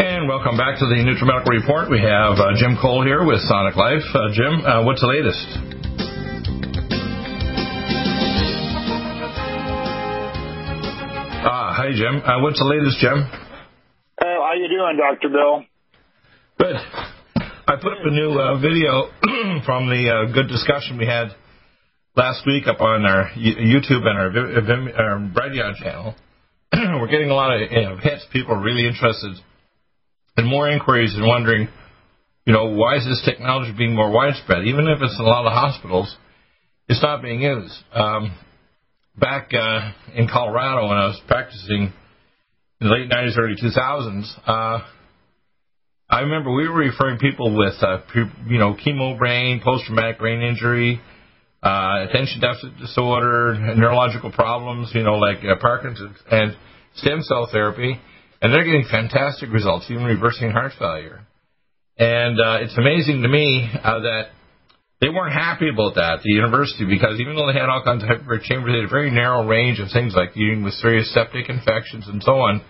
And welcome back to the Nutramedical Report. We have uh, Jim Cole here with Sonic Life. Uh, Jim, uh, what's the latest? Ah, hi, Jim. Uh, what's the latest, Jim? Hey, Uh, how you doing, Doctor Bill? Good. I put up a new uh, video from the uh, good discussion we had last week up on our Y- YouTube and our, Vim- Vim- our Brighteon channel. We're getting a lot of you know, hits. People are really interested in more inquiries and wondering, you know, why is this technology being more widespread? Even if it's in a lot of hospitals, it's not being used. Um, back uh, in Colorado when I was practicing in the late 90s, early 2000s, uh, I remember we were referring people with, uh, pre- you know, chemo brain, post-traumatic brain injury, uh, attention deficit disorder, neurological problems, you know, like uh, Parkinson's and stem cell therapy, and they're getting fantastic results, even reversing heart failure. And uh, it's amazing to me uh, that they weren't happy about that, the university, because even though they had all kinds of hyperchambers, they had a very narrow range of things like dealing with serious septic infections and so on.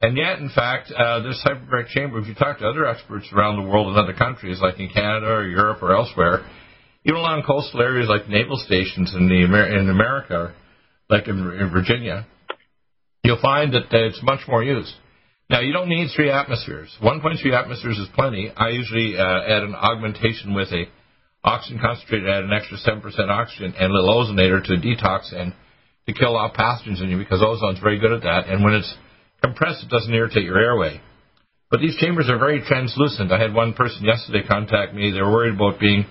And yet, in fact, uh, this hyperbaric chamber, if you talk to other experts around the world in other countries, like in Canada or Europe or elsewhere, even along coastal areas like naval stations in the Amer- in America, like in, in Virginia, you'll find that uh, it's much more used. Now, you don't need three atmospheres. 1.3 atmospheres is plenty. I usually uh, add an augmentation with a oxygen concentrator, add an extra 7% oxygen, and a little ozonator to detox and to kill off pathogens in you because ozone's very good at that. And when it's compressed, it doesn't irritate your airway. But these chambers are very translucent. I had one person yesterday contact me. They were worried about being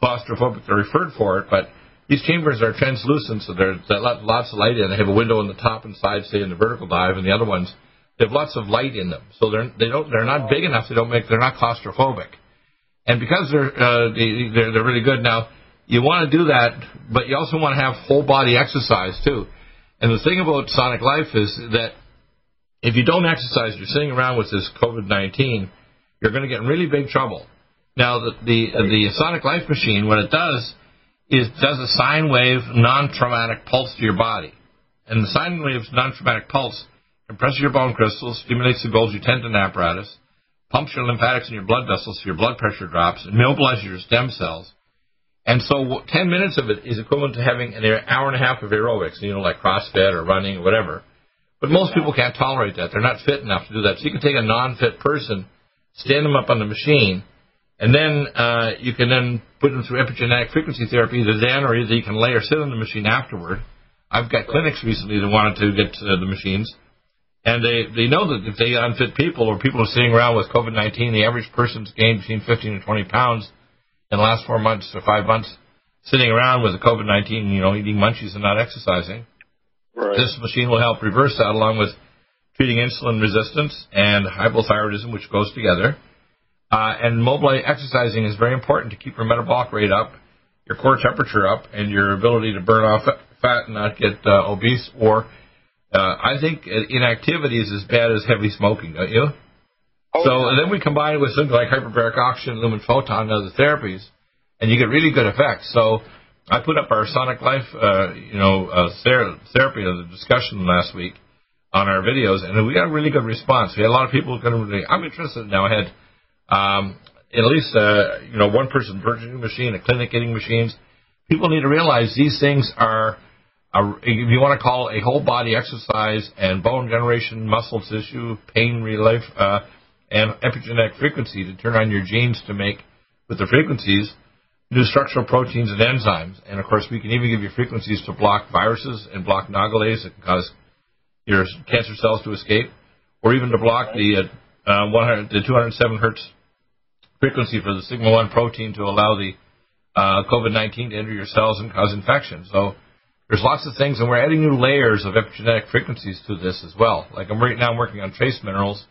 claustrophobic. They're referred for it, but these chambers are translucent, so they're- they let lots of light in. They have a window on the top and side, say in the vertical dive, and the other ones they have lots of light in them. So they're they don't they're not big enough. They don't make they're not claustrophobic. And because they're uh, they, they're they're really good now, you want to do that, but you also want to have whole body exercise too. And the thing about Sonic Life is that if you don't exercise, you're sitting around with this COVID 19, you're going to get in really big trouble. Now, the, the, the sonic life machine, what it does is it does a sine wave non traumatic pulse to your body. And the sine wave's non traumatic pulse compresses your bone crystals, stimulates the Golgi tendon apparatus, pumps your lymphatics and your blood vessels so your blood pressure drops, and mobilizes your stem cells. And so what- 10 minutes of it is equivalent to having an hour and a half of aerobics, you know, like CrossFit or running or whatever. But most people can't tolerate that. They're not fit enough to do that. So you can take a non-fit person, stand them up on the machine, and then uh, you can then put them through epigenetic frequency therapy either then or either you can lay or sit on the machine afterward. I've got clinics recently that wanted to get uh, the machines, and they, they know that if they unfit people or people are sitting around with COVID-19, the average person's gained between 15 and 20 pounds in the last four months or five months sitting around with the COVID-19, you know, eating munchies and not exercising. Right. This machine will help reverse that along with treating insulin resistance and hypothyroidism, which goes together. Uh, and mobile exercising is very important to keep your metabolic rate up, your core temperature up, and your ability to burn off fat and not get uh, obese. Or uh, I think uh, inactivity is as bad as heavy smoking, don't you? Oh, So yeah. and then we combine it with things like hyperbaric oxygen, lumen photon, and other therapies, and you get really good effects. So I put up our Sonic Life, uh, you know, uh, ther- therapy of the discussion last week on our videos, and we got a really good response. We had a lot of people kind of really, I'm interested now. I had um, at least, uh, you know, one person virgin machine, a clinic getting machines. People need to realize these things are, a, if you want to call it a whole body exercise and bone generation, muscle tissue, pain relief, uh, and epigenetic frequency to turn on your genes to make, with the frequencies, new structural proteins and enzymes. And of course, we can even give you frequencies to block viruses and block nogalase that can cause your cancer cells to escape, or even to block the uh, uh, 100, the 207 hertz frequency for the sigma 1 protein to allow the uh, COVID 19 to enter your cells and cause infection. So There's lots of things, and we're adding new layers of epigenetic frequencies to this as well. Like I'm right now I'm working on trace minerals,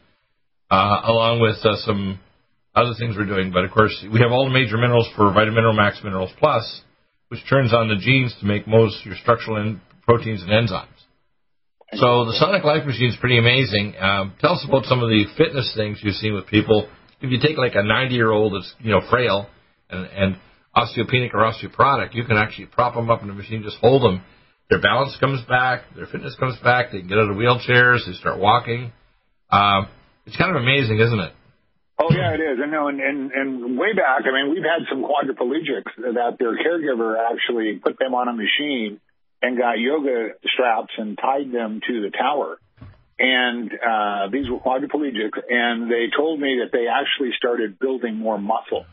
uh, along with uh, some other things we're doing. But of course, we have all the major minerals for Vitamineral Max Minerals Plus, which turns on the genes to make most your structural en- proteins and enzymes. So the Sonic Life Machine is pretty amazing. Um, tell us about some of the fitness things you've seen with people. If you take like a 90 year old that's you know frail and, and osteopenic or osteoporotic, you can actually prop them up in the machine, just hold them. Their balance comes back, their fitness comes back. They can get out of wheelchairs, they start walking. Um, it's kind of amazing, isn't it? Oh yeah, it is. And no, and, and and way back, I mean, we've had some quadriplegics that their caregiver actually put them on a machine and got yoga straps and tied them to the tower. And uh, these were quadriplegics, and they told me that they actually started building more muscle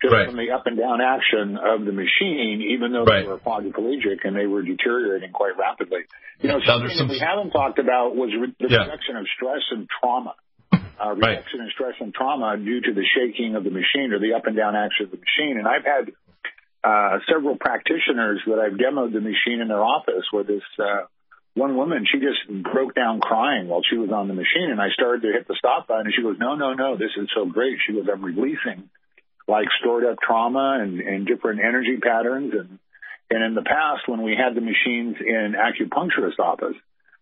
just Right. from the up and down action of the machine, even though Right. they were quadriplegic and they were deteriorating quite rapidly. You know, Now, something there's that some- we haven't talked about was re- the Yeah. reduction of stress and trauma uh, Right. reduction in stress and trauma due to the shaking of the machine or the up and down action of the machine. And I've had uh, several practitioners that I've demoed the machine in their office where this uh, one woman, she just broke down crying while she was on the machine. And I started to hit the stop button and she goes, no, no, no, this is so great. She goes, I'm releasing like stored up trauma and, and different energy patterns. And, and in the past, when we had the machines in acupuncturist office,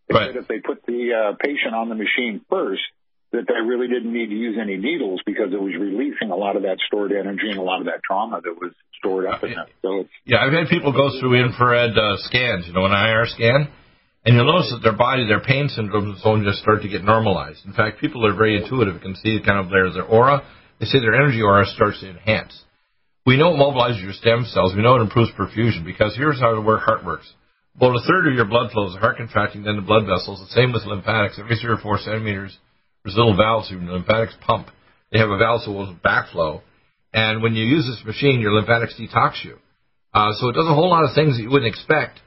they Right. said if they put the uh, patient on the machine first, that they really didn't need to use any needles because it was releasing a lot of that stored energy and a lot of that trauma that was stored up in them. So it's Yeah, I've had people go through infrared uh, scans, you know, an IR scan, and you'll notice that their body, their pain syndromes and so on just start to get normalized. In fact, people are very intuitive and can see kind of their, their aura. They say their energy aura starts to enhance. We know it mobilizes your stem cells. We know it improves perfusion because here's how the work heart works. About a third of your blood flows the heart contracting, then the blood vessels. The same with lymphatics. Every three or four centimeters, there's little valves. Your lymphatics pump. They have a valve so it will backflow. And when you use this machine, your lymphatics detox you. Uh, so it does a whole lot of things that you wouldn't expect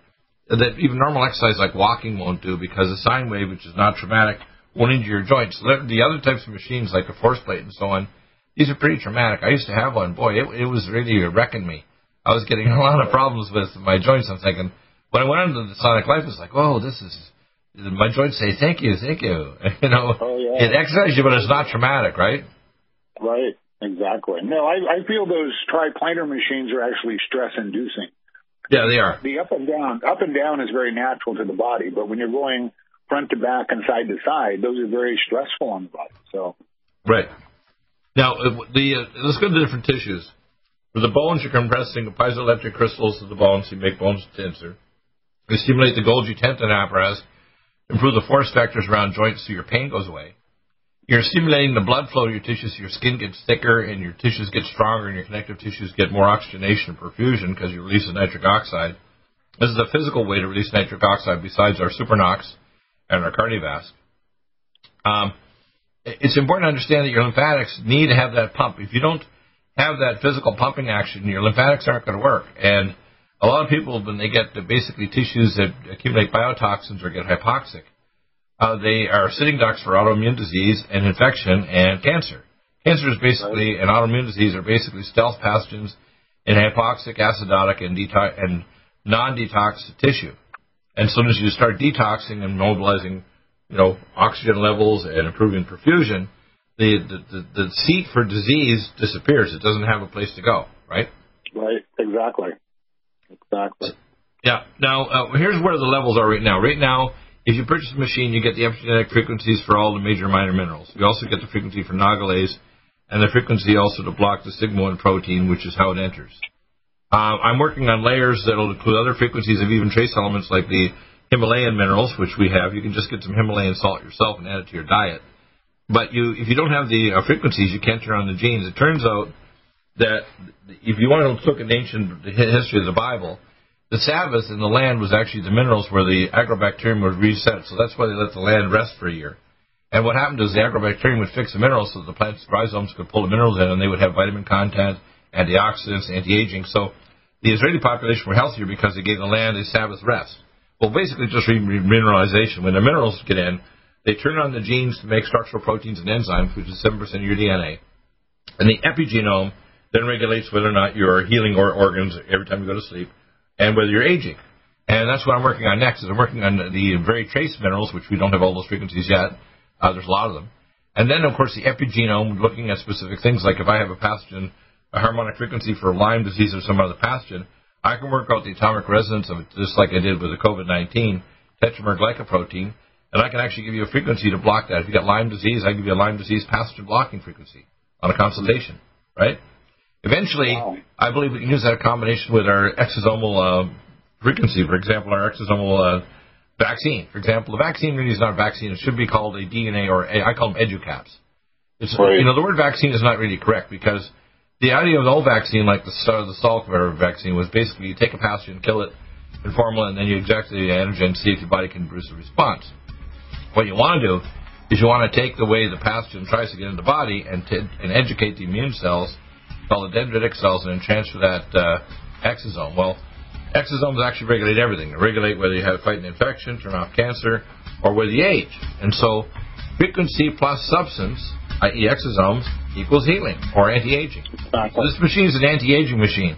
that even normal exercise like walking won't do because the sine wave, which is not traumatic, won't injure your joints. The the other types of machines like a force plate and so on, these are pretty traumatic. I used to have one. Boy, it, it was really wrecking me. I was getting a lot of problems with my joints. I'm thinking, when I went into the Sonic Life, it's like, oh, this is, my joints say, thank you, thank you. You know, Oh, yeah. it exercises you, but it's not traumatic, right? Right, exactly. No, I, I feel those triplanar machines are actually stress inducing. Yeah, they are. The up and down, up and down is very natural to the body, but when you're going front to back and side to side, those are very stressful on the body. So, Right. Now, uh, the uh, let's go to different tissues. For the bones, you're compressing piezoelectric crystals to the bones. You make bones denser. You stimulate the Golgi tendon apparatus, improve the force factors around joints so your pain goes away. You're stimulating the blood flow to your tissues so your skin gets thicker and your tissues get stronger and your connective tissues get more oxygenation and perfusion because you release the nitric oxide. This is a physical way to release nitric oxide besides our supernox and our cardiovasc. Um, it's important to understand that your lymphatics need to have that pump. If you don't have that physical pumping action, your lymphatics aren't going to work. And a lot of people, when they get the basically tissues that accumulate biotoxins or get hypoxic, uh, they are sitting ducks for autoimmune disease and infection and cancer. Cancer is basically, and autoimmune disease are basically stealth pathogens in hypoxic, acidotic, and, detox, and non-detox tissue. And as soon as you start detoxing and mobilizing, you know, oxygen levels and improving perfusion, the, the, the, the seat for disease disappears. It doesn't have a place to go, right? right, exactly, exactly. Yeah. Now, uh, here's where the levels are right now. Right now, if you purchase a machine, you get the epigenetic frequencies for all the major minor minerals. You also get the frequency for nagalase and the frequency also to block the sigmoid protein, which is how it enters. Uh, I'm working on layers that'll include other frequencies of even trace elements like the Himalayan minerals, which we have. You can just get some Himalayan salt yourself and add it to your diet. But you, if you don't have the uh, frequencies, you can't turn on the genes. It turns out that if you want to look at the ancient history of the Bible, the Sabbath in the land was actually the minerals where the agrobacterium was reset, so that's why they let the land rest for a year. And what happened is the agrobacterium would fix the minerals so the plant's rhizomes could pull the minerals in and they would have vitamin content, antioxidants, anti-aging. So the Israeli population were healthier because they gave the land a Sabbath rest. Well, basically just re- re- mineralization. When the minerals get in, they turn on the genes to make structural proteins and enzymes, which is 7% of your DNA. And the epigenome then regulates whether or not you're healing or organs every time you go to sleep and whether you're aging. And that's what I'm working on next. Is I'm working on the very trace minerals, which we don't have all those frequencies yet. Uh, there's a lot of them. And then, of course, the epigenome, looking at specific things like if I have a pathogen, a harmonic frequency for Lyme disease or some other pathogen, I can work out the atomic resonance of it, just like I did with the COVID-19 tetramer glycoprotein, and I can actually give you a frequency to block that. If you got Lyme disease, I give you a Lyme disease pathogen blocking frequency on a consultation, right? Eventually, Wow. I believe we can use that combination with our exosomal uh, frequency. For example, our exosomal uh, vaccine. For example, the vaccine really is not a vaccine. It should be called a DNA or a, I call them educaps. It's, Right. You know, the word vaccine is not really correct because the idea of the old vaccine, like the start of the Salk vaccine, was basically you take a pathogen, kill it in formalin, and then you inject the antigen, see if your body can produce a response. What you want to do is you want to take the way the pathogen tries to get in the body and, t- and educate the immune cells, called the dendritic cells, and then transfer that uh, exosome. Well, exosomes actually regulate everything. They regulate whether you have fight an infection, turn off cancer, or whether you age. And so, frequency plus substance, i.e., exosomes, equals healing or anti-aging. So this machine is an anti-aging machine.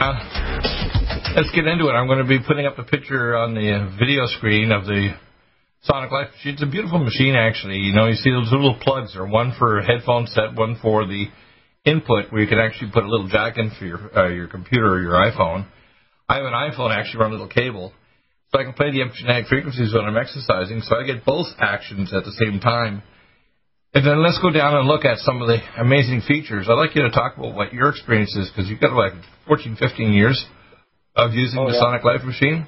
Uh, let's get into it. I'm going to be putting up a picture on the uh, video screen of the Sonic Life machine. It's a beautiful machine, actually. You know, you see those little plugs. There, one for a headphone set, one for the input, where you can actually put a little jack in for your uh, your computer or your iPhone. I have an iPhone actually run a little cable. So I can play the epigenetic frequencies when I'm exercising, so I get both actions at the same time. And then let's go down and look at some of the amazing features. I'd like you to talk about what your experience is, because you've got like 14, 15 years of using Oh, the yeah. Sonic Life machine.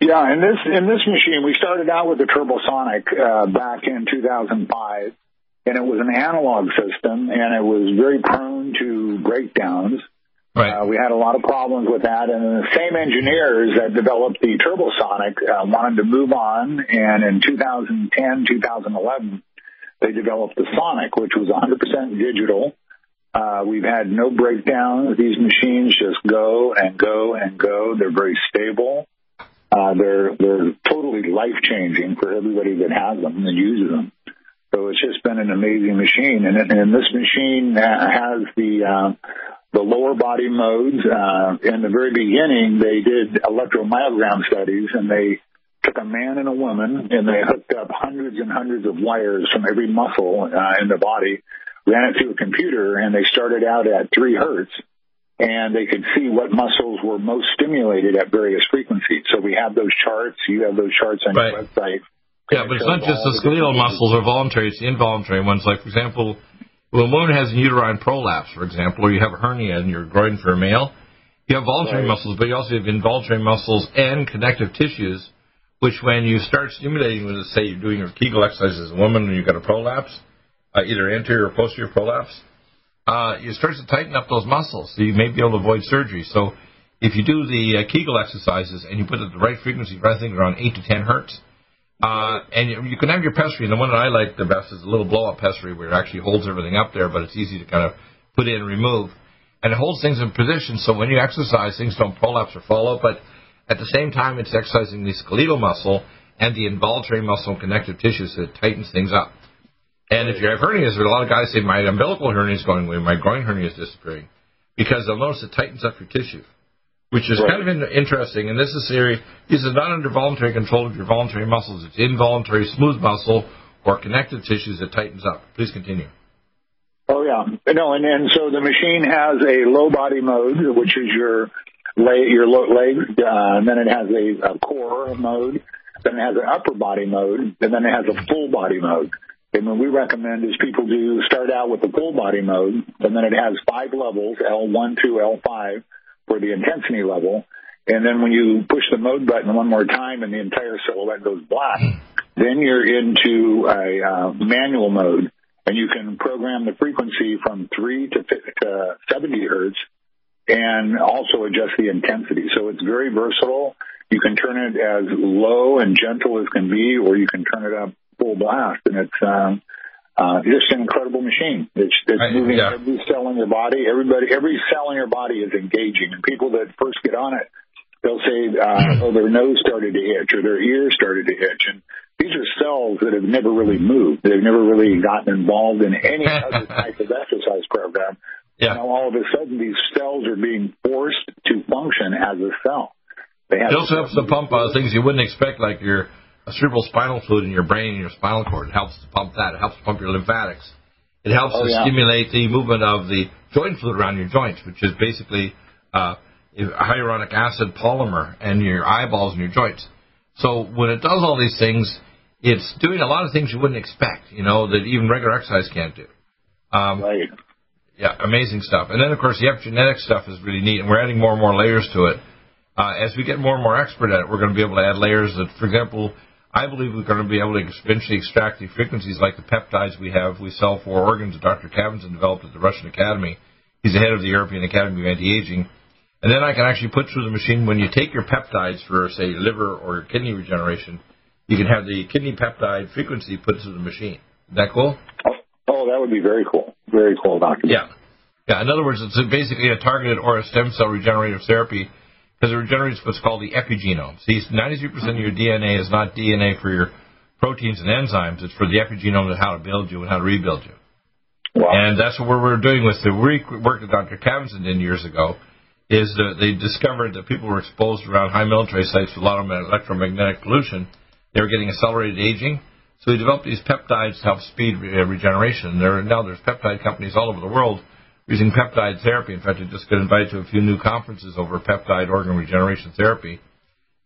Yeah, in this in this machine, we started out with the Turbosonic uh, back in 2005, and it was an analog system, and it was very prone to breakdowns. Right. Uh, we had a lot of problems with that, and the same engineers that developed the Turbosonic uh, wanted to move on, and in 2010, 2011, they developed the Sonic, which was 100% digital. Uh, we've had no breakdowns. These machines just go and go and go. They're very stable. Uh, they're they're totally life changing for everybody that has them and uses them. So it's just been an amazing machine, and, and this machine uh, has the uh, the lower body modes. Uh, in the very beginning, they did electromyogram studies, and they took a man and a woman, and they hooked up hundreds and hundreds of wires from every muscle uh, in the body, ran it through a computer, and they started out at three hertz, and they could see what muscles were most stimulated at various frequencies. So we have those charts. You have those charts on Right. your website. Yeah, but it's not just the skeletal muscles are voluntary, it's the involuntary ones. Like, for example, when a woman has a uterine prolapse, for example, or you have a hernia in your groin for a male, you have voluntary Right. muscles, but you also have involuntary muscles and connective tissues, which when you start stimulating, with, say you're doing your Kegel exercise as a woman and you've got a prolapse, uh, either anterior or posterior prolapse, uh, it starts to tighten up those muscles, so you may be able to avoid surgery. So if you do the uh, Kegel exercises and you put it at the right frequency, I think around 8 to 10 hertz, uh, and you, you can have your pessary. And the one that I like the best is a little blow-up pessary where it actually holds everything up there, but it's easy to kind of put in and remove. And it holds things in position so when you exercise, things don't prolapse or fall out. But at the same time, it's exercising the skeletal muscle and the involuntary muscle and connective tissue, so it tightens things up. And if you have hernias, but a lot of guys say my umbilical hernia is going away, my groin hernia is disappearing, because they'll notice it tightens up your tissue which is kind of in- interesting. And this is theory. This is not under voluntary control of your voluntary muscles. It's involuntary smooth muscle or connective tissues that tightens up. Please continue. Oh yeah, no, and and so the machine has a low body mode, which is your leg, your low leg, uh, and then it has a, a core mode, then it has an upper body mode, and then it has a full body mode. And what we recommend is people do start out with the full body mode, and then it has five levels, L1 through L5, for the intensity level. And then when you push the mode button one more time and the entire silhouette goes black, then you're into a uh, manual mode and you can program the frequency from 3 to, fif- to 70 hertz and also adjust the intensity. So it's very versatile. You can turn it as low and gentle as can be, or you can turn it up full blast. And it's um, uh, just an incredible machine. It's, it's Right, moving yeah. every cell in your body. Everybody, every cell in your body is engaging. And people that first get on it, they'll say, uh, oh, their nose started to itch or their ear started to itch. And these are cells that have never really moved. They've never really gotten involved in any other type of exercise program. Yeah. Now all of a sudden, these cells are being forced to function as a cell. They have It also helps to pump uh, things you wouldn't expect, like your cerebral spinal fluid in your brain and your spinal cord. It helps to pump that. It helps to pump your lymphatics. It helps Oh, to yeah. stimulate the movement of the joint fluid around your joints, which is basically uh, hyaluronic acid polymer and your eyeballs and your joints. So when it does all these things, it's doing a lot of things you wouldn't expect, you know, that even regular exercise can't do. Um, Right. yeah, amazing stuff. And then, of course, the epigenetic stuff is really neat, and we're adding more and more layers to it. Uh, as we get more and more expert at it, we're going to be able to add layers that, for example, I believe we're going to be able to eventually extract the frequencies like the peptides we have. We sell for organs that Dr. Kavinson developed at the Russian Academy. He's the head of the European Academy of Anti-Aging. And then I can actually put through the machine when you take your peptides for, say, liver or kidney regeneration, you can have the kidney peptide frequency put through the machine. Isn't that cool? Oh, oh, that would be very cool. Very cool, Doctor. Yeah. Yeah. In other words, it's basically a targeted or a stem cell regenerative therapy because it regenerates what's called the epigenome. See, 93% of your DNA is not DNA for your proteins and enzymes. It's for the epigenome and how to build you and how to rebuild you. Wow. And that's what we're doing with the re- work that Dr. Kavinson did years ago, is that they discovered that people were exposed around high military sites to a lot of electromagnetic pollution. They were getting accelerated aging. So they developed these peptides to help speed re- uh, regeneration. There are, now there's peptide companies all over the world using peptide therapy. In fact, I just got invited to a few new conferences over peptide organ regeneration therapy.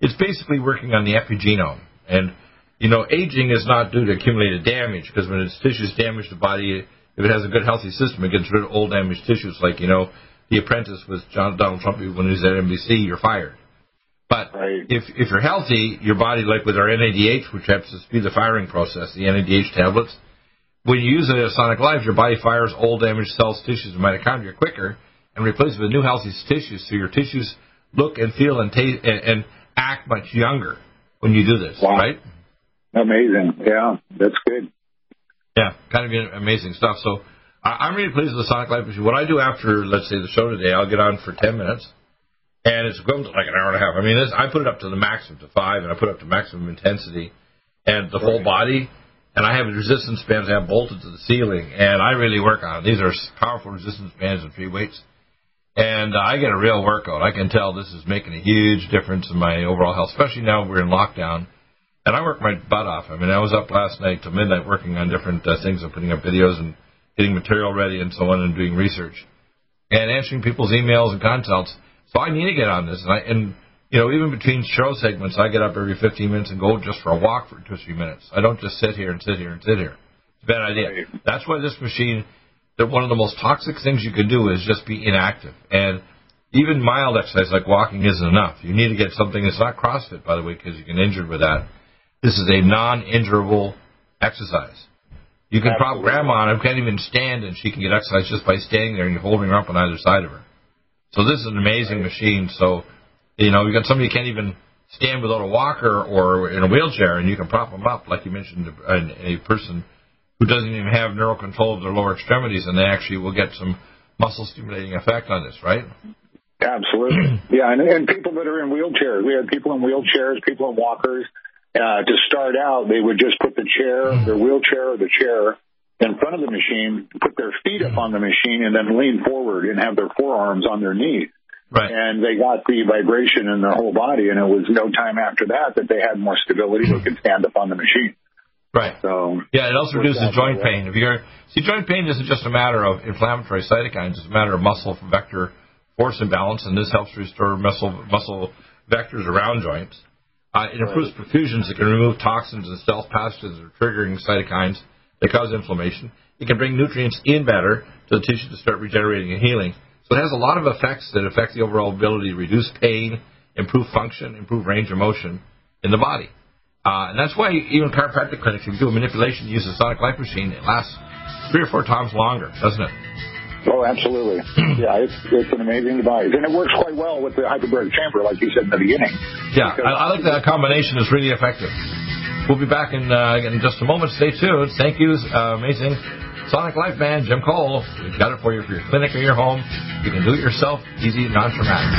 it's basically working on the epigenome. And, you know, aging is not due to accumulated damage because when it's tissues damage the body, if it has a good healthy system, it gets rid of old damaged tissues. Like, you know, The Apprentice with John Donald Trump when he was at NBC, you're fired. But Right. if if you're healthy, your body, like with our NADH, which helps to speed the firing process, the NADH tablets, when you use it as Sonic Live, your body fires old damaged cells, tissues, and mitochondria quicker and replaces it with new healthy tissues. So your tissues look and feel and taste and, and act much younger when you do this, Wow. right? Amazing. Yeah, that's good. Yeah, kind of amazing stuff. So I, I'm really pleased with the Sonic Life machine. What I do after, let's say, the show today, I'll get on for 10 minutes, and it's equivalent to like an hour and a half. I mean, this, I put it up to the maximum, to five, and I put it up to maximum intensity and the full body, and I have resistance bands that have bolted to the ceiling, and I really work on it. These are s- powerful resistance bands and free weights. And uh, I get a real workout. I can tell this is making a huge difference in my overall health, especially now we're in lockdown. And I work my butt off. I mean, I was up last night till midnight working on different uh, things and putting up videos and getting material ready and so on and doing research and answering people's emails and consults. So I need to get on this. And, I, and you know, even between show segments, I get up every 15 minutes and go just for a walk for two or three minutes. I don't just sit here and sit here and sit here. It's a bad idea. That's why this machine, that one of the most toxic things you can do is just be inactive. And even mild exercise like walking isn't enough. You need to get something. It's not CrossFit, by the way, because you get injured with that. This is a non-injurable exercise. You can prop grandma on who can't even stand, and she can get exercise just by standing there and you're holding her up on either side of her. So this is an amazing machine. So, you know, you got somebody who can't even stand without a walker or in a wheelchair, and you can prop them up, like you mentioned, a, a person who doesn't even have neural control of their lower extremities, and they actually will get some muscle stimulating effect on this, right? Absolutely. yeah, and, and people that are in wheelchairs. We had people in wheelchairs, people in walkers. Uh, to start out, they would just put the Mm-hmm. chair, their wheelchair or the chair in front of the machine, put their feet Mm-hmm. up on the machine, and then lean forward and have their forearms on their knees. Right. And they got the vibration in their whole body, and it was no time after that that they had more stability. They could stand up on the machine. Right. So Yeah, it also reduces out joint that way. pain. If you're see, joint pain isn't just a matter of inflammatory cytokines; it's a matter of muscle vector force imbalance, and this helps restore muscle muscle vectors around joints. Uh, it improves perfusions. It can remove toxins and stealth pathogens or triggering cytokines that cause inflammation. It can bring nutrients in better to the tissue to start regenerating and healing. So it has a lot of effects that affect the overall ability to reduce pain, improve function, improve range of motion in the body. Uh, and that's why even chiropractic clinics, if you do a manipulation, you use a sonic life machine, it lasts three or four times longer, doesn't it? Oh, absolutely. Yeah, it's it's an amazing device, and it works quite well with the hyperbaric chamber, like you said in the beginning. Yeah, I, I like that combination. It's really effective. We'll be back in, uh, in just a moment. Stay tuned. Thank you, uh, amazing Sonic Life Man, Jim Cole. We've got it for you for your clinic or your home. You can do it yourself, easy, non-traumatic.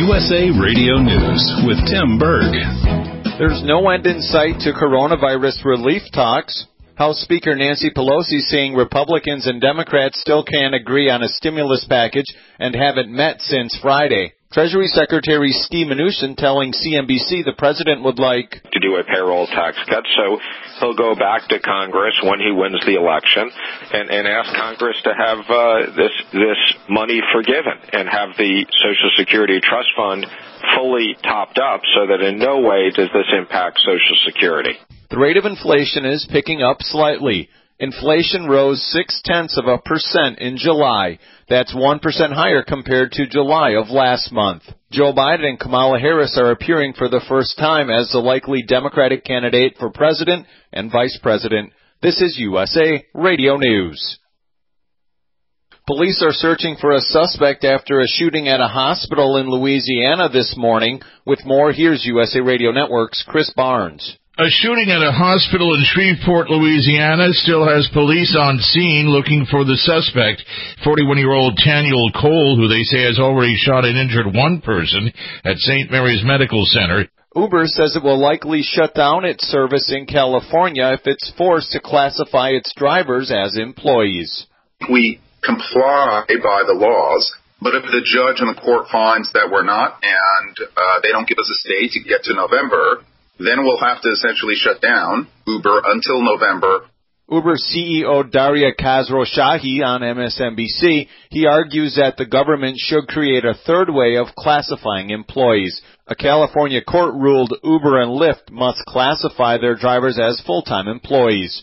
USA Radio News with Tim Berg. There's no end in sight to coronavirus relief talks. House Speaker Nancy Pelosi saying Republicans and Democrats still can't agree on a stimulus package and haven't met since Friday. Treasury Secretary Steve Mnuchin telling CNBC the president would like to do a payroll tax cut. So he'll go back to Congress when he wins the election and, and ask Congress to have uh, this this money forgiven and have the Social Security Trust Fund fully topped up so that in no way does this impact Social Security. The rate of inflation is picking up slightly. Inflation rose six tenths of a percent in July. That's 1% higher compared to July of last month. Joe Biden and Kamala Harris are appearing for the first time as the likely Democratic candidate for president and vice president. This is USA Radio News. Police are searching for a suspect after a shooting at a hospital in Louisiana this morning. With more, here's USA Radio Network's Chris Barnes. A shooting at a hospital in Shreveport, Louisiana still has police on scene looking for the suspect. 41-year-old Taniel Cole, who they say has already shot and injured one person at St. Mary's Medical Center. Uber says it will likely shut down its service in California if it's forced to classify its drivers as employees. We comply by the laws but if the judge and the court finds that we're not and uh, they don't give us a stay to get to November, then we'll have to essentially shut down Uber until November. Uber CEO Daria Khosrowshahi on MSNBC, he argues that the government should create a third way of classifying employees. A California court ruled Uber and Lyft must classify their drivers as full-time employees.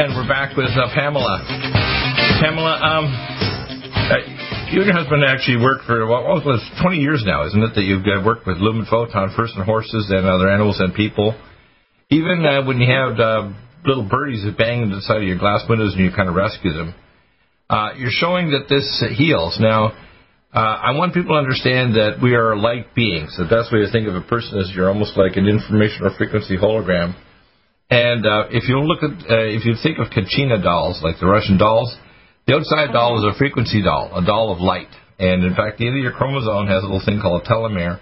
And we're back with uh, Pamela. Pamela, um, uh, you and your husband actually worked for what what was it, 20 years now, isn't it? That you've uh, worked with Lumen Photon first on horses, then other animals and people. Even uh, when you have uh, little birdies that bang into the side of your glass windows and you kind of rescue them, uh, you're showing that this heals. Now, uh, I want people to understand that we are like beings. The best way to think of a person is you're almost like an information or frequency hologram. And uh, if you look at, uh, if you think of Kachina dolls, like the Russian dolls, the outside doll is a frequency doll, a doll of light. And in fact, the end of your chromosome has a little thing called a telomere.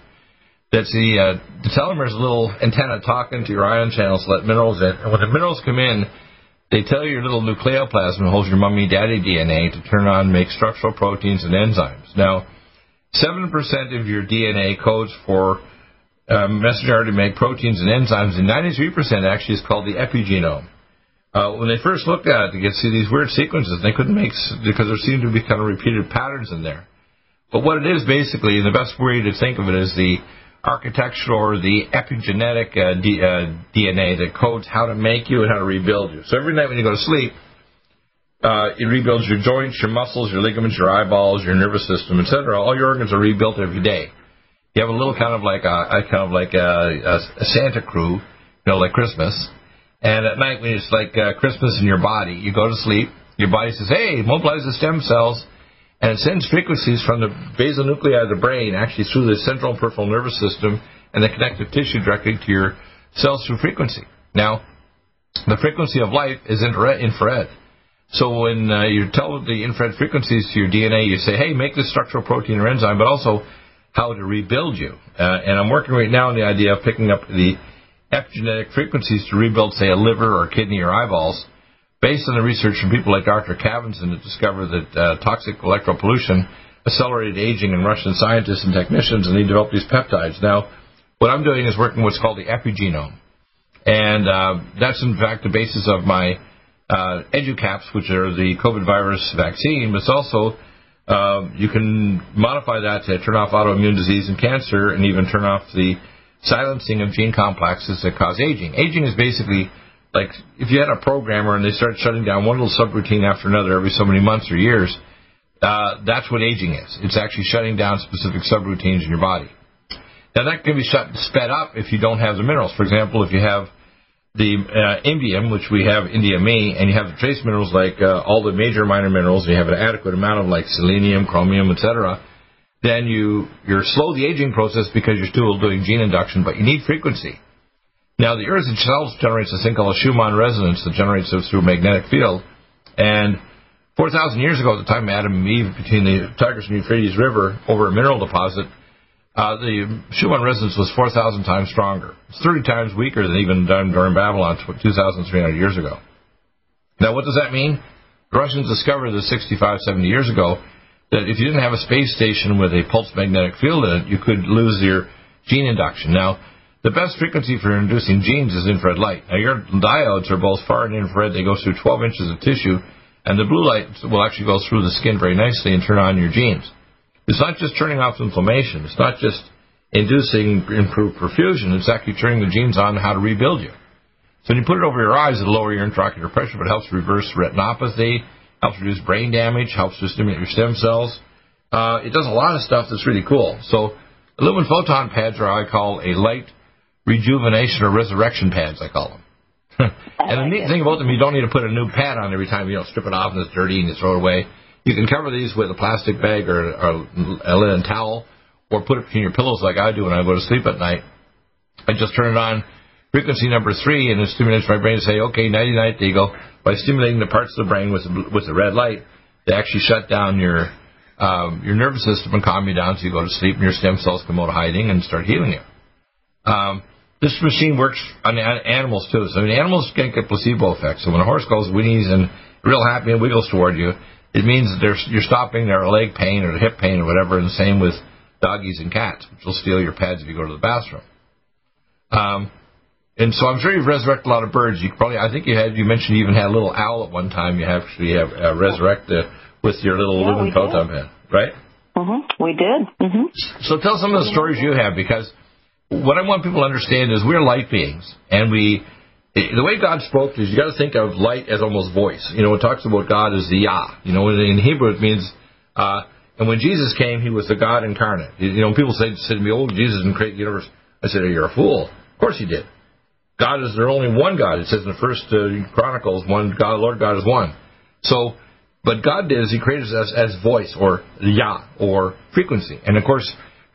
That's the uh, the telomere's a little antenna talking to your ion channels to let minerals in. And when the minerals come in, they tell your little nucleoplasm that holds your mummy daddy DNA to turn on, and make structural proteins and enzymes. Now, seven percent of your DNA codes for um, messenger RNA proteins and enzymes, and 93% actually is called the epigenome. Uh, when they first looked at it, they could see these weird sequences. They couldn't make s- because there seemed to be kind of repeated patterns in there. But what it is basically, and the best way to think of it is the architectural or the epigenetic uh, D, uh, DNA that codes how to make you and how to rebuild you. So every night when you go to sleep, uh, it rebuilds your joints, your muscles, your ligaments, your eyeballs, your nervous system, etc. All your organs are rebuilt every day you have a little kind of like a, a kind of like a, a, a Santa crew, you know, like Christmas. And at night, when it's like uh, Christmas in your body, you go to sleep. Your body says, "Hey, mobilize the stem cells," and it sends frequencies from the basal nuclei of the brain actually through the central peripheral nervous system and the connective tissue directly to your cells through frequency. Now, the frequency of light is infrared. infrared. So when uh, you tell the infrared frequencies to your DNA, you say, "Hey, make this structural protein or enzyme," but also how to rebuild you. Uh, and I'm working right now on the idea of picking up the epigenetic frequencies to rebuild, say, a liver or kidney or eyeballs, based on the research from people like Dr. Cavinson that discovered that uh, toxic electro pollution accelerated aging in Russian scientists and technicians, and they developed these peptides. Now, what I'm doing is working what's called the epigenome. And uh, that's, in fact, the basis of my uh, EduCaps, which are the COVID virus vaccine, but it's also Uh, you can modify that to turn off autoimmune disease and cancer, and even turn off the silencing of gene complexes that cause aging. Aging is basically like if you had a programmer and they start shutting down one little subroutine after another every so many months or years, uh, that's what aging is. It's actually shutting down specific subroutines in your body. Now that can be shut sped up if you don't have the minerals. For example, if you have the uh, indium, which we have indium-E, and you have the trace minerals like uh, all the major minor minerals, and you have an adequate amount of like selenium, chromium, etc., then you you're slow the aging process because you're still doing gene induction, but you need frequency. Now the Earth itself generates this thing called a Schumann resonance that generates it through a magnetic field, and 4,000 years ago, at the time Adam and Eve between the Tigris and Euphrates River over a mineral deposit, uh, the Schumann resonance was 4,000 times stronger. It's 30 times weaker than even done during Babylon 2,300 years ago. Now, what does that mean? The Russians discovered this 65, 70 years ago that if you didn't have a space station with a pulse magnetic field in it, you could lose your gene induction. Now, the best frequency for inducing genes is infrared light. Now, your diodes are both far and infrared. They go through 12 inches of tissue, and the blue light will actually go through the skin very nicely and turn on your genes. It's not just turning off inflammation. It's not just inducing improved perfusion. It's actually turning the genes on how to rebuild you. So when you put it over your eyes, it lowers your intraocular pressure, but it helps reverse retinopathy, helps reduce brain damage, helps to stimulate your stem cells. Uh, it does a lot of stuff that's really cool. So lumen photon pads are what I call a light rejuvenation or resurrection pads, I call them. and the neat thing about them, you don't need to put a new pad on every time you don't strip it off and it's dirty and you throw it away. You can cover these with a plastic bag or, or a linen towel, or put it between your pillows like I do when I go to sleep at night. I just turn it on, frequency number three, and it stimulates my brain to say, "Okay, nighty night, Deagle." By stimulating the parts of the brain with the, with the red light, they actually shut down your um, your nervous system and calm you down, so you go to sleep, and your stem cells come out of hiding and start healing you. Um, this machine works on an- animals too. So I mean, animals can get placebo effects. So when a horse goes whinnies and real happy and wiggles toward you, it means that there's, you're stopping their leg pain or hip pain or whatever, and the same with doggies and cats, which will steal your pads if you go to the bathroom. Um, and so I'm sure you've resurrected a lot of birds. You probably, I think you had, you mentioned you even had a little owl at one time. You actually have uh, resurrect uh, with your little Yeah, we lumen did. photon pad, right? hmm We did. hmm So tell some of the stories you have because what I want people to understand is we're light beings and we the way God spoke is you got to think of light as almost voice. You know, it talks about God as the Yah. You know, in in Hebrew it means. Uh, and when Jesus came, he was the God incarnate. You you know, people say, say to me, "Oh, Jesus didn't create the universe." I said, "You're a fool. Of course he did. God is there only one God. It says in the first uh, Chronicles, one God, Lord God is one. So, but God did is He created us as voice or Yah or frequency. And of course,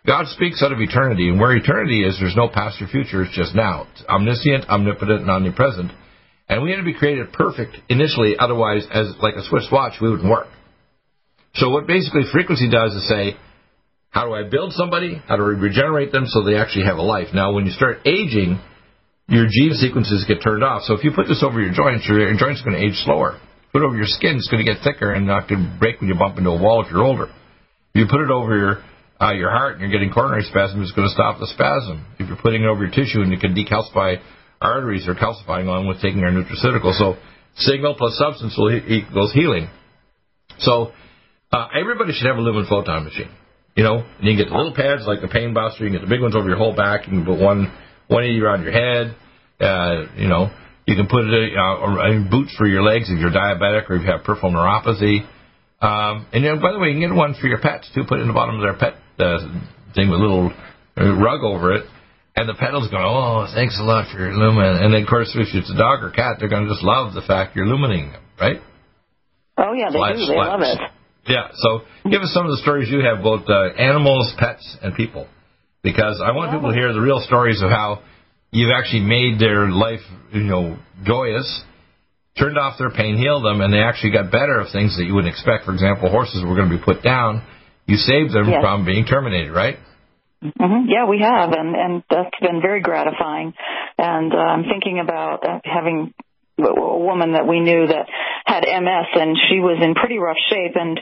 God speaks out of eternity, and where eternity is, there's no past or future. It's just now. It's omniscient, omnipotent, and omnipresent. And we had to be created perfect initially. Otherwise, as like a Swiss watch, we wouldn't work. So what basically frequency does is say, how do I build somebody? How do I regenerate them so they actually have a life? Now, when you start aging, your gene sequences get turned off. So if you put this over your joints, your, your joints are going to age slower. Put it over your skin, it's going to get thicker and not going to break when you bump into a wall if you're older. You put it over your uh, your heart and you're getting coronary spasm, it's going to stop the spasm. If you're putting it over your tissue and you can decalcify arteries or calcifying along with taking our nutraceutical. So signal plus substance will he- equals healing. So uh, everybody should have a lumen photon machine. You know, and you can get the little pads like the pain buster. You can get the big ones over your whole back. You can put one one eighty around your head. Uh, you know, you can put it uh, in boots for your legs if you're diabetic or if you have peripheral neuropathy. Um, and you know, by the way, you can get one for your pets too. Put it in the bottom of their pet uh, thing with a little uh, rug over it, and the pedal's going, "Oh, thanks a lot for your lumen." And then, of course, if it's a dog or cat, they're going to just love the fact you're illuminating them, right? Oh yeah, they Slash, do. They slash. love it. Yeah. So give us some of the stories you have, both uh, animals, pets, and people, because I want people to hear the real stories of how you've actually made their life, you know, joyous, turned off their pain, healed them, and they actually got better of things that you wouldn't expect. For example, horses were going to be put down. You saved them Yes. from being terminated, right? hmm Yeah, we have, and and that's been very gratifying. And uh, I'm thinking about uh, having a a woman that we knew that had MS, and she was in pretty rough shape, and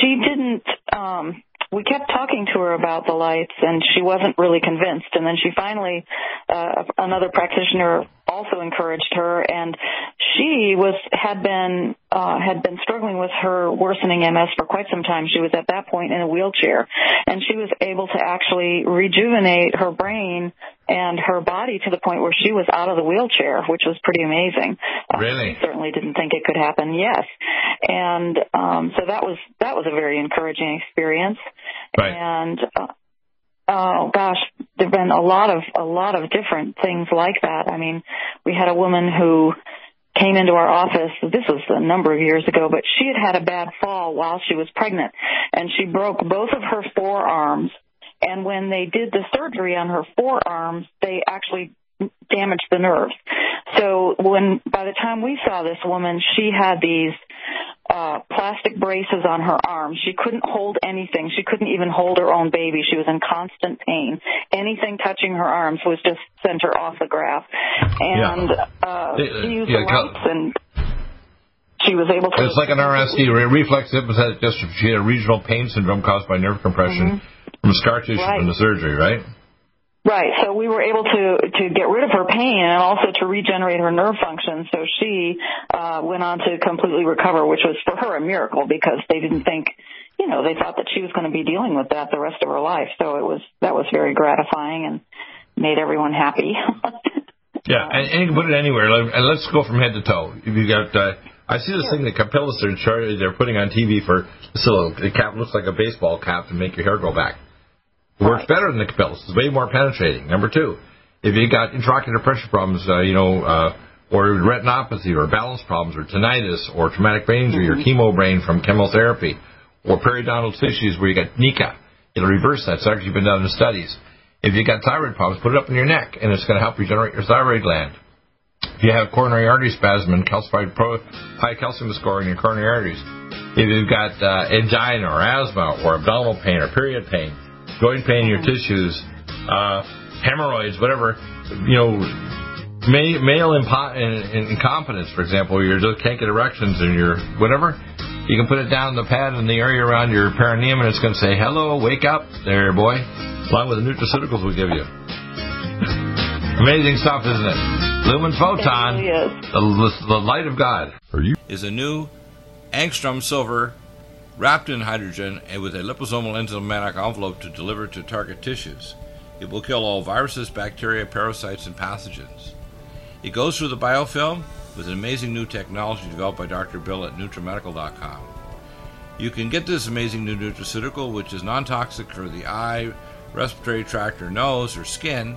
she didn't. um we kept talking to her about the lights, and she wasn't really convinced. And then she finally, uh, another practitioner also encouraged her, and she was had been uh, had been struggling with her worsening MS for quite some time. She was at that point in a wheelchair, and she was able to actually rejuvenate her brain and her body to the point where she was out of the wheelchair, which was pretty amazing. Uh, Really? certainly didn't think it could happen. Yes, and um, so that was that was a very encouraging experience. Right. And uh, oh gosh, there've been a lot of a lot of different things like that. I mean, we had a woman who came into our office. This was a number of years ago, but she had had a bad fall while she was pregnant, and she broke both of her forearms. And when they did the surgery on her forearms, they actually damaged the nerves. So when by the time we saw this woman, she had these uh plastic braces on her arms. She couldn't hold anything. She couldn't even hold her own baby. She was in constant pain. Anything touching her arms was just sent her off the graph. And uh Yeah, she used yeah, the cal- lights and she was able to It's like an RSD, re- reflex empathetic dystrophy. She had a regional pain syndrome caused by nerve compression from scar tissue Mm-hmm. Right. from the surgery, right? Right. So we were able to to get rid of her pain and also to regenerate her nerve function. So she uh, went on to completely recover, which was for her a miracle because they didn't think, you know, they thought that she was going to be dealing with that the rest of her life. So it was that was very gratifying and made everyone happy. Yeah, and, and you can put it anywhere. Like, and let's go from head to toe. If you got, uh, I see this thing that Capellas are char- they're putting on TV for this little the cap looks like a baseball cap to make your hair grow back. It works better than the Capellas. It's way more penetrating. Number two, if you got intraocular pressure problems, uh, you know, uh, or retinopathy, or balance problems, or tinnitus, or traumatic brain injury, or chemo brain from chemotherapy, or periodontal tissues where you got nica, it'll reverse that. It's actually been done in studies. If you got thyroid problems, put it up in your neck, and it's going to help regenerate your thyroid gland. If you have coronary artery spasm and calcified pro, high calcium score in your coronary arteries, if you've got uh, angina or asthma or abdominal pain or period pain, joint pain in your tissues, uh, hemorrhoids, whatever, you know, ma- male impo- in, in incompetence, for example, you just can't get erections and you're whatever, you can put it down in the pad in the area around your perineum and it's going to say, hello, wake up there, boy, along with the nutraceuticals we give you. Amazing stuff, isn't it? Lumen Photon, the, the light of God. Are you? Is a new angstrom silver wrapped in hydrogen and with a liposomal enzymatic envelope to deliver to target tissues. It will kill all viruses, bacteria, parasites, and pathogens. It goes through the biofilm with an amazing new technology developed by Dr. Bill at NutraMedical.com. You can get this amazing new nutraceutical, which is non toxic for the eye, respiratory tract, or nose, or skin,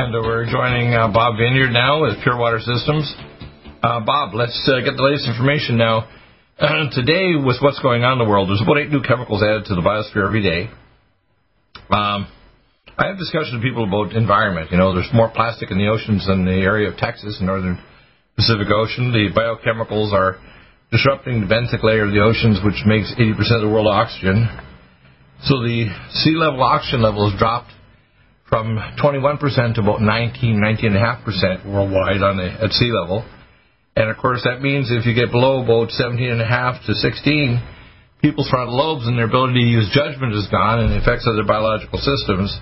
And we're joining uh, Bob Vineyard now with Pure Water Systems. Uh, Bob, let's uh, get the latest information now. today, with what's going on in the world, there's about eight new chemicals added to the biosphere every day. Um, I have discussions with people about environment. You know, there's more plastic in the oceans than the area of Texas and northern Pacific Ocean. The biochemicals are disrupting the benthic layer of the oceans, which makes 80% of the world oxygen. So the sea level oxygen level has dropped from 21% to about 19, 19.5% worldwide on the, at sea level. And of course, that means if you get below about 17.5 to 16, people's frontal lobes and their ability to use judgment is gone and it affects other biological systems.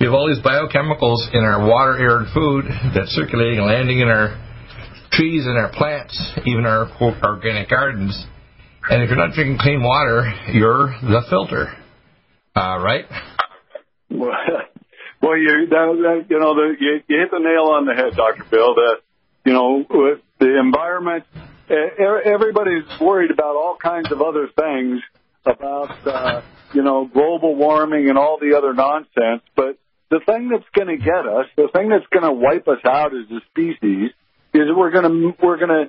We have all these biochemicals in our water, air, and food that's circulating and landing in our trees and our plants, even our quote, organic gardens. And if you're not drinking clean water, you're the filter, uh, right? Well, well, you that, that, you know the, you, you hit the nail on the head, Doctor Bill. That you know with the environment, e- e- everybody's worried about all kinds of other things about uh, you know global warming and all the other nonsense. But the thing that's going to get us, the thing that's going to wipe us out as a species, is we're going to we're going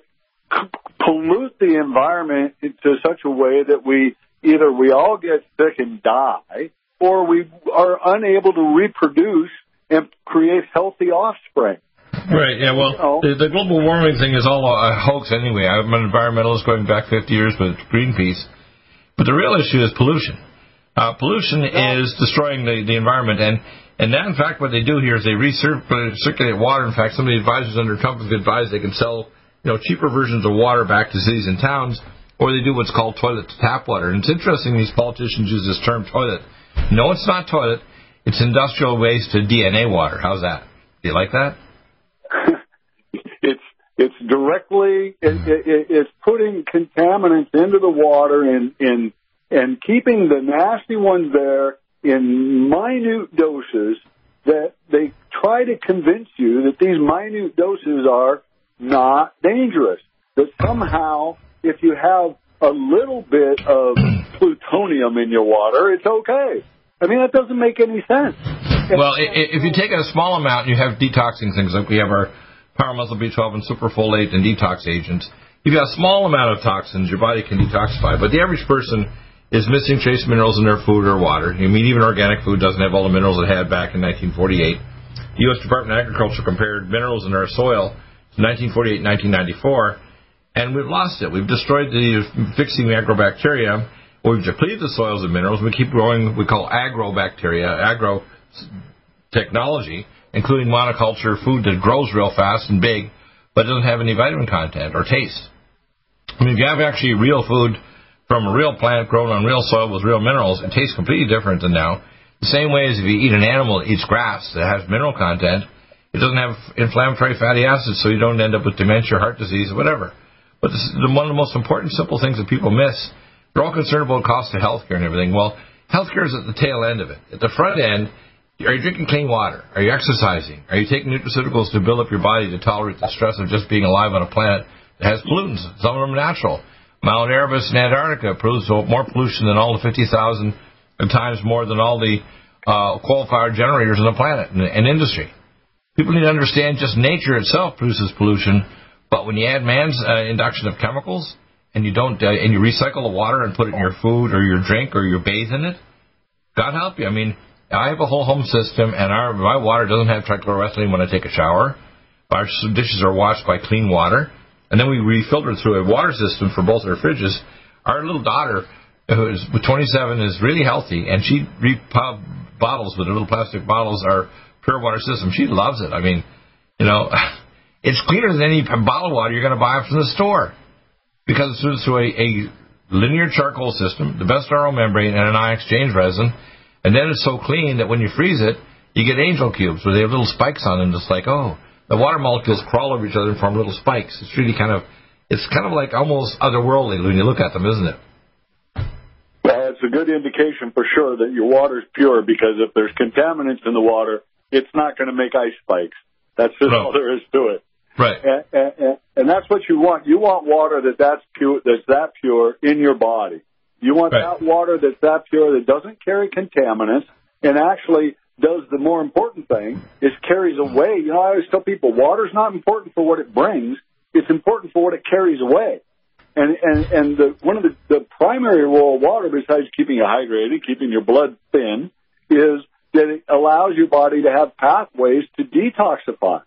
to pollute the environment to such a way that we either we all get sick and die or we are unable to reproduce and create healthy offspring. Right. Yeah. Well, the, the global warming thing is all a hoax anyway. I'm an environmentalist going back 50 years with Greenpeace, but the real issue is pollution. Uh, pollution is destroying the, the environment, and and that in fact what they do here is they recirculate water. In fact, some of the advisors under Trump have advised they can sell you know cheaper versions of water back to cities and towns, or they do what's called toilet to tap water. And it's interesting these politicians use this term toilet. No, it's not toilet. It's industrial waste to DNA water. How's that? Do you like that? It's it's directly it, it, it's putting contaminants into the water and and and keeping the nasty ones there in minute doses that they try to convince you that these minute doses are not dangerous. That somehow if you have a little bit of plutonium in your water, it's okay. I mean, that doesn't make any sense. Well, i- i- if you take a small amount, you have detoxing things like we have our power muscle B12 and superfolate and detox agents. If you have a small amount of toxins, your body can detoxify. But the average person is missing trace minerals in their food or water. I mean, even organic food doesn't have all the minerals it had back in 1948. The U.S. Department of Agriculture compared minerals in our soil to 1948 1994, and we've lost it. We've destroyed the fixing agrobacteria. We've depleted the soils of minerals. We keep growing, we call agrobacteria, agro technology, including monoculture food that grows real fast and big, but doesn't have any vitamin content or taste. I mean, if you have actually real food from a real plant grown on real soil with real minerals, it tastes completely different than now. The same way as if you eat an animal that eats grass that has mineral content, it doesn't have inflammatory fatty acids, so you don't end up with dementia, heart disease, or whatever. But this is the, one of the most important, simple things that people miss. They're all concerned about cost of healthcare and everything. Well, healthcare is at the tail end of it. At the front end, are you drinking clean water? Are you exercising? Are you taking nutraceuticals to build up your body to tolerate the stress of just being alive on a planet that has pollutants? Some of them are natural. Mount Erebus in Antarctica produces more pollution than all the 50,000 times more than all the uh, coal-fired generators on the planet and, and industry. People need to understand just nature itself produces pollution, but when you add man's uh, induction of chemicals and you don't uh, and you recycle the water and put it in your food or your drink or you bathe in it, God help you. I mean, I have a whole home system and our my water doesn't have trichloroethylene when I take a shower. Our dishes are washed by clean water, and then we refilter through a water system for both our fridges. Our little daughter, who is 27, is really healthy, and she re- bottles with the little plastic bottles are pure water system. She loves it. I mean, you know, it's cleaner than any bottled water you're going to buy from the store because it's through, through a, a linear charcoal system, the best RO membrane, and an ion exchange resin. And then it's so clean that when you freeze it, you get angel cubes where they have little spikes on them, just like, oh, the water molecules crawl over each other and form little spikes. It's really kind of, it's kind of like almost otherworldly when you look at them, isn't it? Well, it's a good indication for sure that your water's pure because if there's contaminants in the water, it's not going to make ice spikes. That's just all there is to it. Right. And, and, and that's what you want. You want water that that's pure, that's that pure in your body. You want Right. that water that's that pure that doesn't carry contaminants and actually does the more important thing is carries away. You know, I always tell people water's not important for what it brings. It's important for what it carries away. And and and the, one of the, the primary role of water, besides keeping you hydrated, keeping your blood thin, is that it allows your body to have pathways to detoxify.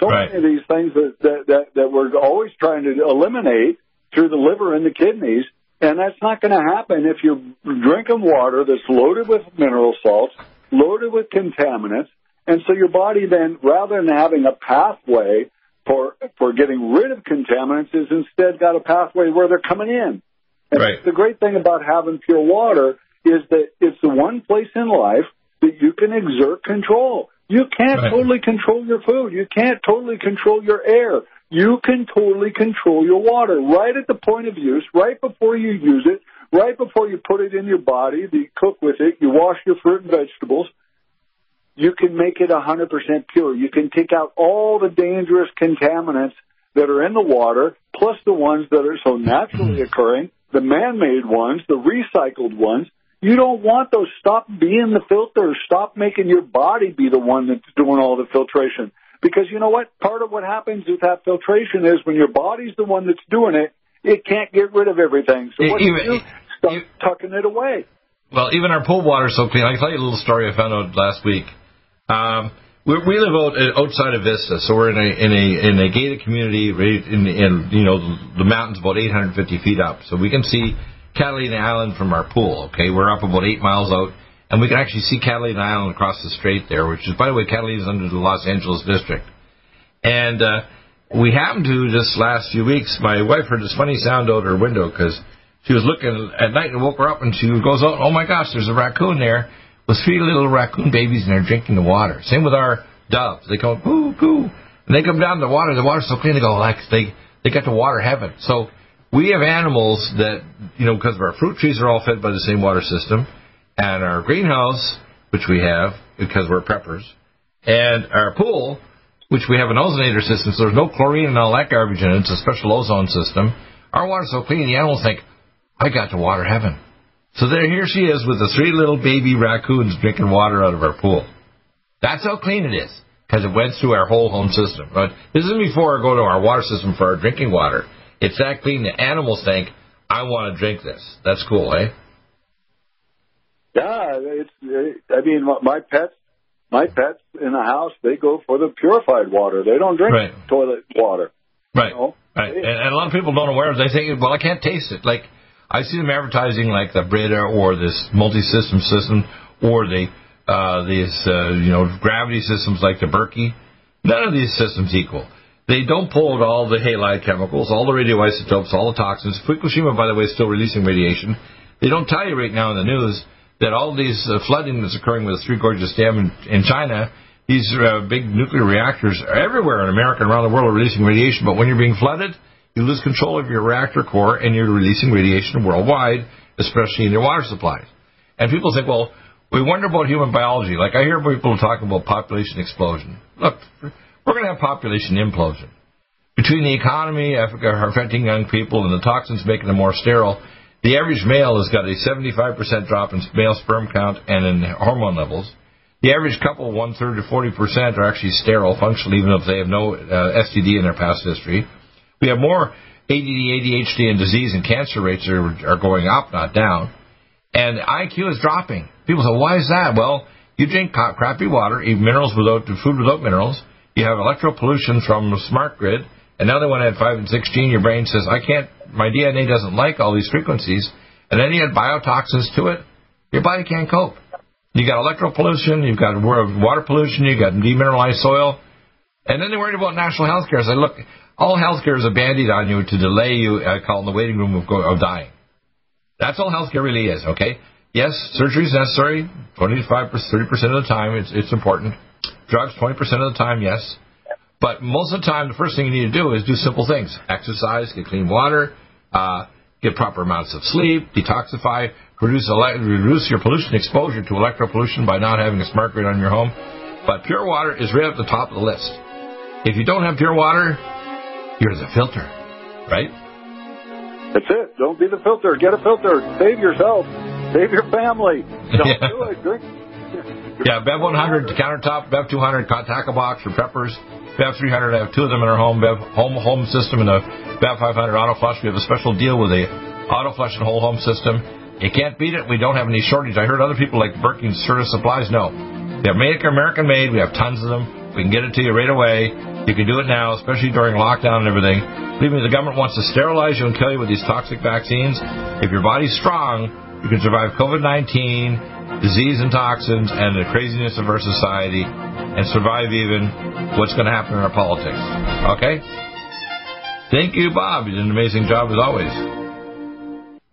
So Right. many of these things that, that that that we're always trying to eliminate through the liver and the kidneys, and that's not going to happen if you're drinking water that's loaded with mineral salts, loaded with contaminants, and so your body then, rather than having a pathway for for getting rid of contaminants, is instead got a pathway where they're coming in. And Right. the great thing about having pure water is that it's the one place in life that you can exert control. You can't totally control your food. You can't totally control your air. You can totally control your water right at the point of use, right before you use it, right before you put it in your body, you cook with it, you wash your fruit and vegetables. You can make it 100% pure. You can take out all the dangerous contaminants that are in the water, plus the ones that are so Mm-hmm. naturally occurring, the man-made ones, the recycled ones. You don't want those. Stop being the filter. Stop making your body be the one that's doing all the filtration. Because you know what? Part of what happens with that filtration is when your body's the one that's doing it, it can't get rid of everything. So E- what do you even- do? Stop tucking it away. Well, even our pool water's so clean. I can tell you a little story I found out last week. Um, we, we live out, uh, outside of Vista, so we're in a in a in a gated community, right in, in you know the mountains about 850 feet up, so we can see Catalina Island from our pool. Okay, we're up about eight miles out, and we can actually see Catalina Island across the strait there, which is by the way, Catalina is under the Los Angeles district. And uh, we happened to just last few weeks, my wife heard this funny sound out her window because she was looking at night and woke her up and she goes, oh, oh my gosh, there's a raccoon there with three little raccoon babies and they're drinking the water. Same with our doves. They go, coo, coo. And they come down to the water. The water's so clean. They go, like, they, they got to water heaven. So we have animals that, you know, because of our fruit trees are all fed by the same water system and our greenhouse, which we have because we're preppers, and our pool, which we have an ozonator system, so there's no chlorine and all that garbage in it. It's a special ozone system. Our water's so clean, the animals think, I got to water heaven. So there, here she is with the three little baby raccoons drinking water out of our pool. That's how clean it is because it went through our whole home system. But this is before I go to our water system for our drinking water. It's that clean. The animals think, I want to drink this. That's cool, eh? Yeah, it's. uh, I mean, my- my pets, my pets in the house, they go for the purified water. They don't drink Right. toilet water. Right. Right. And, and a lot of people don't aware of it. They think, well, I can't taste it. Like, I see them advertising like the Brita or this multi-system system or the, uh, these, uh, you know, gravity systems like the Berkey. None of these systems equal. They don't pull out all the halide chemicals, all the radioisotopes, all the toxins. Fukushima, by the way, is still releasing radiation. They don't tell you right now in the news that all these uh, flooding that's occurring with the Three Gorges Dam in, in China, these uh, big nuclear reactors are everywhere in America and around the world are releasing radiation. But when you're being flooded, you lose control of your reactor core and you're releasing radiation worldwide, especially in your water supplies. And people think, well, we wonder about human biology. Like I hear people talking about population explosion. Look, we're going to have population implosion. Between the economy Africa affecting young people and the toxins making them more sterile, the average male has got a 75% drop in male sperm count and in hormone levels. The average couple, one third to 40%, are actually sterile functionally, even if they have no uh, STD in their past history. We have more ADD, ADHD, and disease and cancer rates are, are going up, not down. And IQ is dropping. People say, why is that? Well, you drink co- crappy water, eat minerals without food without minerals. You have electro pollution from smart grid. And now they want to add 5 and 16. Your brain says, I can't, my DNA doesn't like all these frequencies. And then you add biotoxins to it. Your body can't cope. You got electro pollution, you've got wa- water pollution, you've got demineralized soil. And then they're worried about national health care. I said, look, all health care is a band-aid on you to delay you, I call it in the waiting room of, go- of dying. That's all healthcare really is, okay? Yes, surgery is necessary 25 30% of the time. It's, it's important. Drugs, 20% of the time, yes. But most of the time, the first thing you need to do is do simple things exercise, get clean water, uh, get proper amounts of sleep, detoxify, reduce, ele- reduce your pollution exposure to electro pollution by not having a smart grid on your home. But pure water is right up the top of the list. If you don't have pure water, you're the filter, right? That's it. Don't be the filter. Get a filter. Save yourself. Save your family. Don't Yeah. do it. Drink. Yeah, Bev 100 countertop, Bev 200 co- tackle box for peppers, Bev 300. I have two of them in our home Bev home home system and a Bev 500 auto flush. We have a special deal with the auto flush and whole home system. You can't beat it. We don't have any shortage. I heard other people like Birkin Certa Supplies. No, they're made American made. We have tons of them. We can get it to you right away. You can do it now, especially during lockdown and everything. Believe me, the government wants to sterilize you and kill you with these toxic vaccines. If your body's strong, you can survive COVID 19 disease and toxins and the craziness of our society and survive even what's going to happen in our politics. Okay? Thank you, Bob. You did an amazing job as always.